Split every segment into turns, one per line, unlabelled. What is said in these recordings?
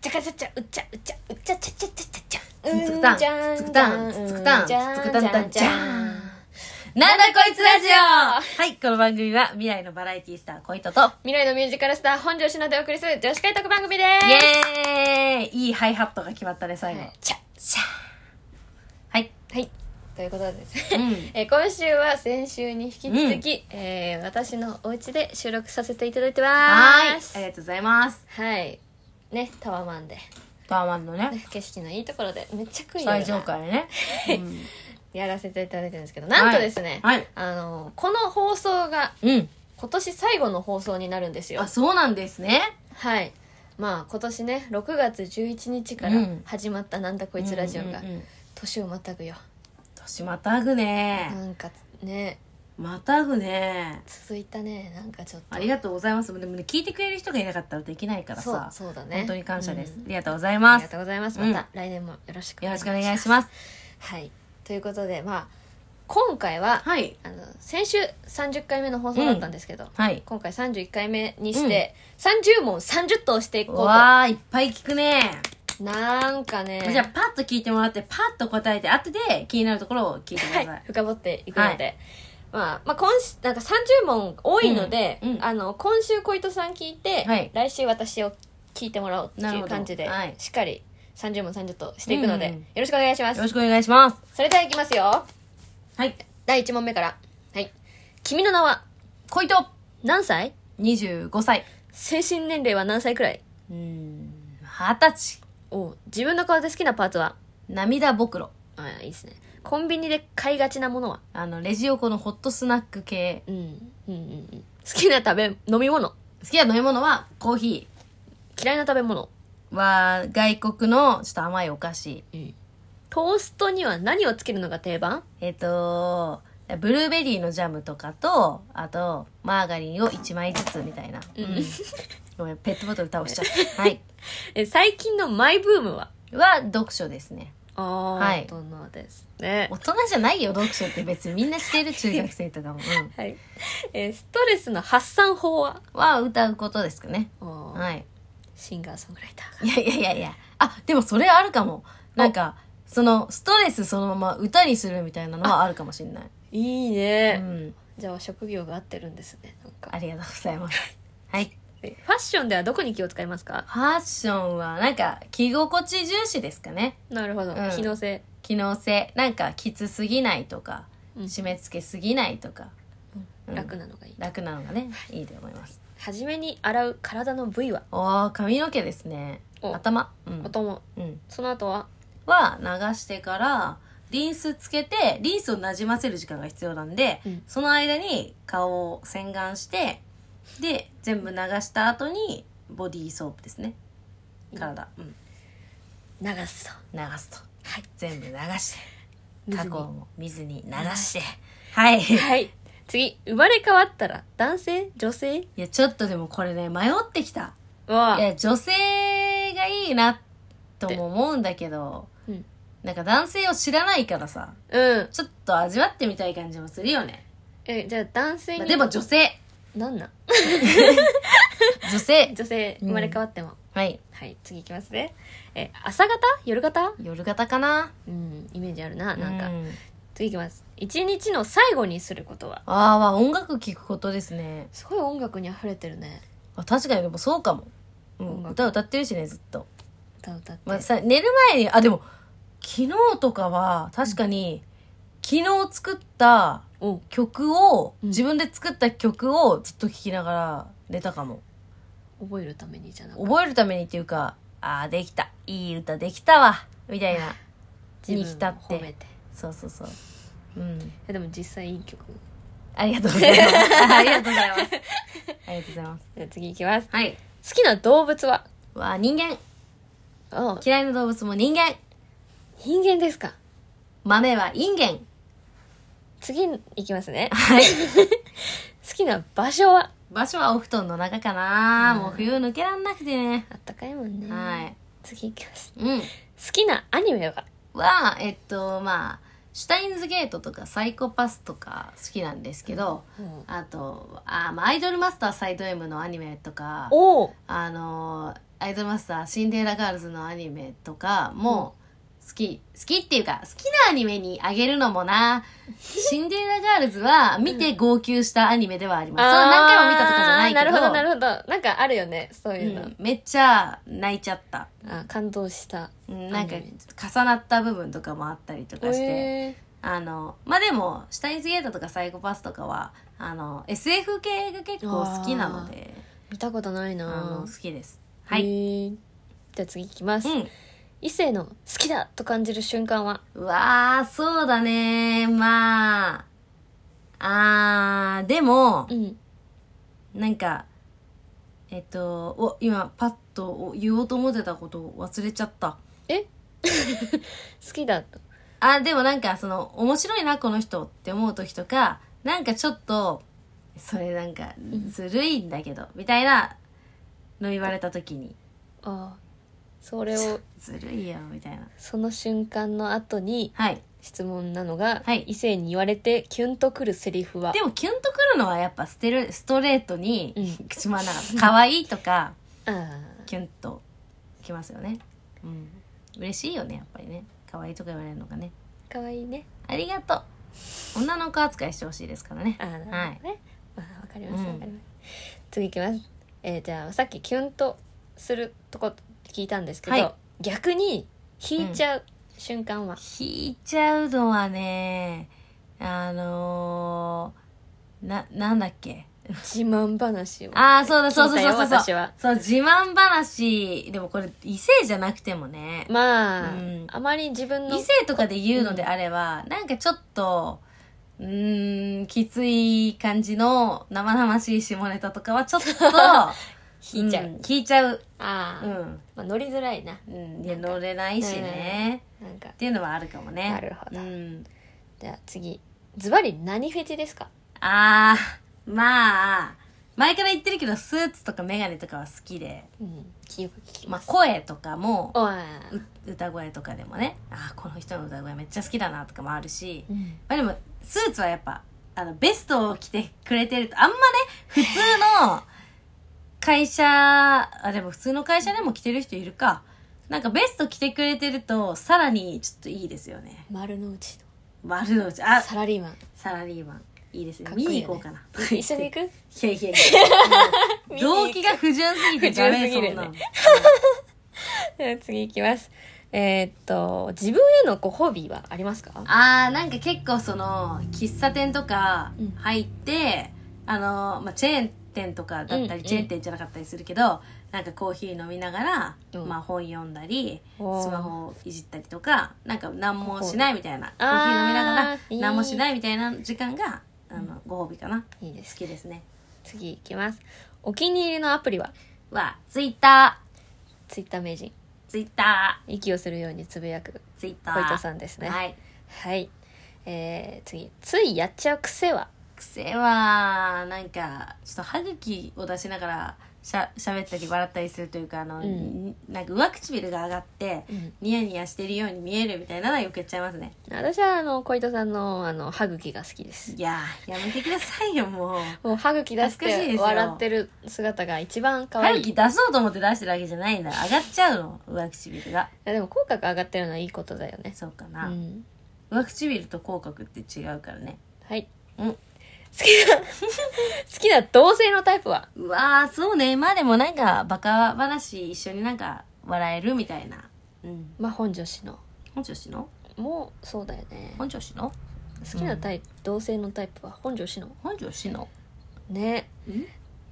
ちゃかちゃちゃうっちゃうっちゃうっちゃちゃちゃちゃちゃちゃ
つ
う
つく
ん
たん
じゃん
つつくたんつつくたんつつくたんたんじゃんなんだこいつラジオはい、この番組は未来のバラエティスターコイトと、
未来のミュージカルスター本庄しのでお送りする女子会特番組で
イ
ー
エーイいいハイハットが決まったね、最後。
すちゃ
シャーはい。
はいということでですね
うん。
えー今週は先週に引き続き、えー私のお家で収録させていただいて
は
ま
い。
す
ありがとうございます。
はいねタワマンで、
タワマンのね、
ね、景色のいいところでめっちゃくいい
最上階ね。うん
やらせていただいてるんですけどなんとですね、
はいはい
あのこの放送が
うん。
今年最後の放送になるんですよ
あ、そうなんですね。
はいまあ今年ね6月11日か
う
ら
ん
始まった「なんだこいつラジオ」が
うんうんうん
年をまたぐよ
年またぐね
な。んかね
またぐね。
続いたねなんかちょっと
ありがとうございます。でもね、聞いてくれる人がいなかったらできないから
そう
さ。
そうだね
本当に感謝です
う。ん
ありがとうござい
あ
ま
り
す
が。とうございます
うん
また来年もよろしく
よろしくお願いします。
はいということでまあ今回は
はい。
あの先週30回目の放送だったんですけど
はい。
今回31回目にして30問30答していこうと
わー、いっぱい聞くね。
なんかね
じゃあ、パッと聞いてもらって、パッと答えて、後で気になるところを聞いてください。
はい、深掘っていくので、まあ、まあ今週なんか30問多いので、
うんうん
あの今週小糸さん聞いて、
はい
来週私を聞いてもらおうって
なる
い
ほ
う
ど
感じで、
はい
しっかり30問30としていくので、
うんうん
よろしくお願いします
よろしくお願いします。
それではいきますよ
はい。
第1問目からはい君の名は
小糸
何歳
!25 歳。
精神年齢は何歳くらいう
ーん、二十歳。
おう自分の顔で好きなパーツは
涙ぼくろ。
あいいですねコンビニで買いがちなものは
あの、レジ横のホットスナック系。
うんうんうんうん好きな食べ飲み物
好きな飲み物は、コーヒ
嫌いな食べ物
ーは、外国の、ちょっと甘いお菓子。
トーストには何をつけるのが定番
えっ、と、ブルーベリーのジャムとかと、あと、マーガリンを1枚ずつみたいな。うん。ごめん、ペットボトル倒しちゃった。はい。
え最近のマイブームは
は、読書ですね。
ああ、
はい
大人ですね
大人じゃないよ、読書って別にみんなしてる中学生とかも。うん。
はい、えストレスの発散法は
は、歌うことですかね。
あ
はい。
シンガーソングライター
いやいやいやいや。あ、でもそれあるかも。なんか、その、ストレスそのまま歌にするみたいなのはあるかもしれない。
いいうね、
ん。
じゃあ職業が合ってるんですねなんか
ありがとうございます。 はい。
えファッションではどこに気を使いますか
ファッションは、なんか、着心地重視ですかね。
なるほど、
うん
機能性
機能性。なんか、きつすぎないとか、
うん
締め付けすぎないとか、うん
楽なのがいい、
楽なのがね、いいと思います。
初めに洗う体の部位は
おー、髪の毛ですね。
お
頭。うん。
頭
うん。
その後は
は、流してから、リンスつけて、リンスをなじませる時間が必要なんで、
うん
その間に顔を洗顔して、で、全部流した後に、ボディーソープですね。体。うん。
流すと
流すと。
はい
全部流して。
水
タ
に
コも水に流して。はい。い
はい次生まれ変わったら男性女性
や、ちょっとでもこれね、迷ってきた。
はい
や、女性がいいな、とも思うんだけど、
うん
なんか男性を知らないからさ、
うん。
ちょっと味わってみたい感じもするよね。
え、じゃあ男性
まあ
に。
でも女性。
なんなん
女性。
女性、生まれ変わっても。
はい。
はい、次いきますね。え、朝方夜方
夜型かな
うん、イメージあるな、なんか。
う
次いきます。一日の最後にすることは
ああ、まあ音楽聴くことですね。
すごい音楽に溢れてるね。
あ確かにでもそうかも。うん
音楽
歌歌ってるしね、ずっと。
歌歌って。
まあ、さ寝る前に、あ、でも、昨日とかは、確かに、昨日作った
お
曲を、
うん
自分で作った曲をずっと聴きながら寝たかも。
覚えるためにじゃなく
覚えるためにっていうか、ああ、できた。いい歌できたわ。みたいな。
自
に浸
分を
って
褒めて。
そうそうそう。うん。
えでも実際いい曲。
ありがとうございます。 ありがとうございます。ありがとうございます。
じゃあ次いきます。
はい。
好きな動物は
は人間。
あ
嫌いな動物も人間。
人間ですか。
豆はインゲン。
次いきますね。
はい。
好きな場所は
場所はお布団の中かな、
うん
もう冬抜けらんなくてね。
あったかいもんね。
はい。
次いきます。
うん。
好きなアニメは
は、えっと、まあ、シュタインズゲートとかサイコパスとか好きなんですけど、あと、あーまあ、アイドルマスターサイド M のアニメとか、
おお
あのーアイドルマスターシンデレラガールズのアニメとかも好き、好きっていうか、好きなアニメにあげるの もな、シンデレラガールズは見て号泣したアニメではあります。それは何回も見たとかじゃないけ
な
ど、
るほどなるほどなんかあるよねそういうの、
うんめっちゃ泣いちゃった。
あ感動した
うんなんか
アニ
重なった部分とかもあったりとかして、
え
あのまあでも「シュタインズゲート」とか「サイコパス」とかはあの SF 系が結構好きなので
ー見たことない
あ
な
の好きですはい、
いじゃあ次いきます、
うん
異性の好きだと感じる瞬間は
うわーそうだねまああーでも
うん
なんかえっとお今パッと言おうと思ってたことを忘れちゃった
好きだと
あでもなんかその面白いなこの人って思う時とかなんかちょっとそれなんかずるいんだけど、みたいなの言われた時に
ああそれを
ずるいよみたいな
その瞬間の後に
はい
質問なのが、
はい
異性に言われてキュンとくるセリフは
でもキュンとくるのはやっぱステルストレートに、
う
口まなかった可愛いとか
ああ
キュンときますよねうん嬉しいよねやっぱりね可愛いとか言われるのがね
かわいいね
ありがとう女の子扱いしてほしいですからね
ああなるほどね、まあわかります
うん
わかります、次いきますえーじゃあさっきキュンとするとこ聞いたんですけど、
はい
逆に引いちゃう瞬間は、
引いちゃうのはねあのー、ななんだっけ
自慢話を
ああそうだそうそうそうそ
聞
う
いたよ
そ
私
う
は
そう自慢話でもこれ異性じゃなくてもね
まあ、
うん
あまり自分の
異性とかで言うのであれば、なんかちょっとうーんきつい感じの生々しい下ネタとかはちょっと
引いちゃう、
ん引いちゃう
ああ、
うん、
まあ、乗りづらいな
うん、いや乗れないしね、
なんか
っていうのはあるかもね
なるほど
うん
じゃあ次ズバリ何フェチですか
あー、まあ、前から言ってるけど、スーツとかメガネとかは好きで、
うんよく聞き
ま
ま
あ
す、
声とかも、
おあ
う歌声とかでもね、あーこの人の歌声めっちゃ好きだなとかもあるし、
うん
まあでも、スーツはやっぱ、あの、ベストを着てくれてると、あんまね、普通の会社、あ、でも普通の会社でも着てる人いるか。なんかベスト着てくれてると、さらにちょっといいですよね。
丸の内
丸の内、
の
あ、
サラリーマン
サラリーマン。いいですね。
かっこいいよね
見に行こうかな。
一緒に行く
いやいやいや
見に行く
動機が不純すぎてダメ
不純すぎるね
そんなの
では 次いきますえーっと自分へのご褒美はありますか
あーなんか結構その喫茶店とか
うん
入って、あのまあ、チェーン店とかだった
うん
り、
うん
チェーン店じゃなかったりするけどなんかコーヒー飲みながら、
うん
まあ、本読んだりス
おー
マホいじったりとかなんか何もしないみたいなコ
あー
ーヒー飲みながら
いい
何もしないみたいな時間があのご褒美かな、
いいで
好
す
きですね
次いきますお気に入りのアプリは
はツイッタ
ツイッター名人
ーツイッタ
息をするようにつぶやく
ーツイッター
小糸さんですね
はい
はいえー、次ついやっちゃう癖は
癖はなんかちょっと歯茎を出しながらしゃ喋ったり笑ったりするというかあの、
ん
なんか上唇が上がって、
うん
ニヤニヤしてるように見えるみたいなのはよくやっちゃいますね
私はあの小糸さんのあの歯茎が好きです
いやーやめてくださいよもう
もう歯茎出し
恥ずかしいで
て
すよ
笑ってる姿が一番可
歯
愛いい
茎出そうと思って出してるわけじゃないんだ上がっちゃうの上唇が
やでも口角上がってるのはいいことだよね
そうか
う
な、
ん
上唇と口角って違うからね
はい、
うん
好きな 好きな同性のタイプは
うわーそうねまあでもなんかバカ話一緒になんか笑えるみたいなうん
まあ本女子の
本女子の
もうそうだよね
本女子の
好きなタイプ、同性のタイプは本女子の
本女子の
ね
ん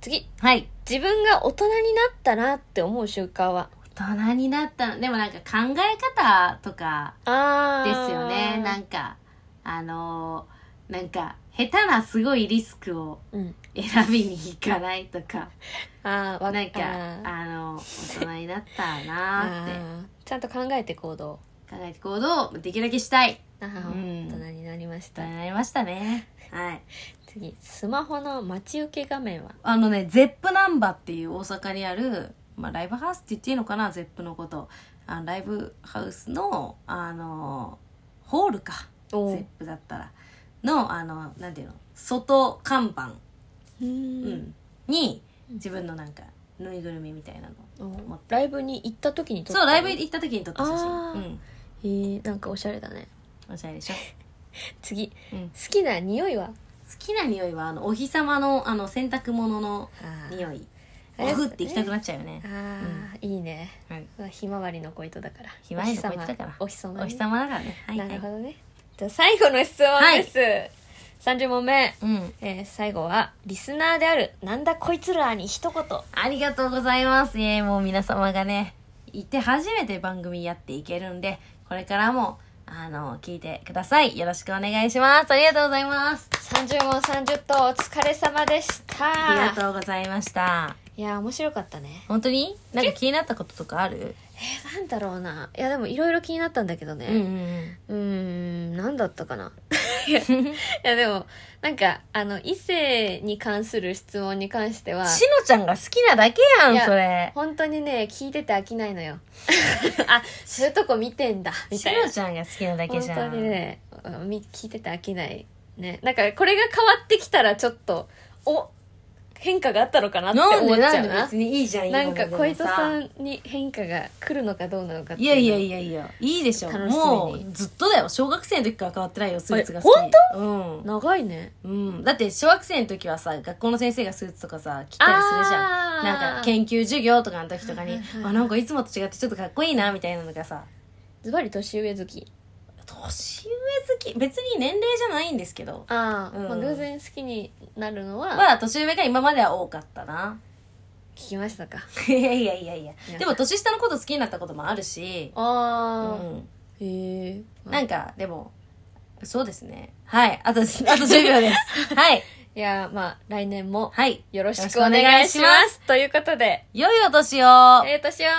次
はい
自分が大人になったなって思う習慣は
大人になったのでもなんか考え方とか
あ
ですよねなんかあのーなんか下手なすごいリスクを
うん
選びに行かないとか
あーわ
なんか
あー
あの大人になったなーっ て
あーちゃんと考えて行動
考えて行動をできるだけしたい
あー
うん
大人になりまし
大
た
人になりましたねはい
次スマホの待ち受け画面は
あのねゼップナンバっていう大阪にある、まあ、ライブハウスって言っていいのかなゼップのことあのライブハウスのあのホールか
お
ゼップだったらのあのなんていうの外看板、
う
うん
ん
に自分のなんかぬいぐるみみたいなの
おライブに行った時に撮った
そうライブ行った時に撮った写
あー
真うん
えー、なんかおしゃれだね
おしゃれでしょ、
次好
うん、好
きな匂いは
きな匂いはあのお日様のあの洗濯物の匂い
あ
お
れ
ふって行きたくなっちゃうよね
あ、ー、いいね
はい、
ひまわりの小糸だから
ひまわりの小糸だから
お日様
お日様だからねはいは
ないるほどねじゃあ最後の質問です、30問目、
うん
えー最後はリスナーであるなんだこいつらに一言
ありがとうございます。いえ、もう皆様がね、いて初めて番組やっていけるんで、これからも、あの、聞いてください。よろしくお願いします。ありがとうございます。
30問30答お疲れ様でした
ありがとうございました。
いやー面白かったね
本当になんか気になったこととかある
えー、なんだろうないやでもいろいろ気になったんだけどね
う
うー
んうん
ん、なんだったかな。 いや、いやでも、なんか、あの、異性に関する質問に関して
う
は
ん。、しのちゃんが好きなだけや
い
ん、
や
それ。
本当にね、聞いてて飽きない のよ。あ、そういうとこ見てんだ、み
した
いな
の。ちゃんが好きなだけ
本
じゃん。
当にね、うんみ聞いてて飽きない。ね。なんか、これが変わってきたら、ちょっと、お、変化があったのかなって
なん
思っ
で
ち
な
ゃ
ん
う
で
な。
別にいいじゃん、今
なんか、
までも
小糸さんに変化が来るのかどうなのかって
い
いう
や
の
いやいやいや、いいでしょ。
楽しみに
もう、ずっとだよ。小学生の時から変わってないよ、スーツが
え
好き。
本
当うん。
長いね。
うん、だって小学生の時はさ学校の先生がスーツとかさ着たりするじゃん
あー
なんか研究授業とかの時とかに
はいはいはい
あなんかいつもと違ってちょっとかっこいいなみたいなのがさ
ズバリ年上好き。
年上好き別に年齢じゃないんですけど
ああ、
うん
まあ偶然好きになるのは
まあ年上が今までは多かったな
聞きましたか。
いやいやいやいや
いや
でも年下のこと好きになったこともあるし、う
ああ、
ん、
へえ。
なん
い
かでもそうですねはいあとあと10秒ですはい
やまあ来年も
はい
よろしくお願いします。ということで、
良いお年を
ええ年を。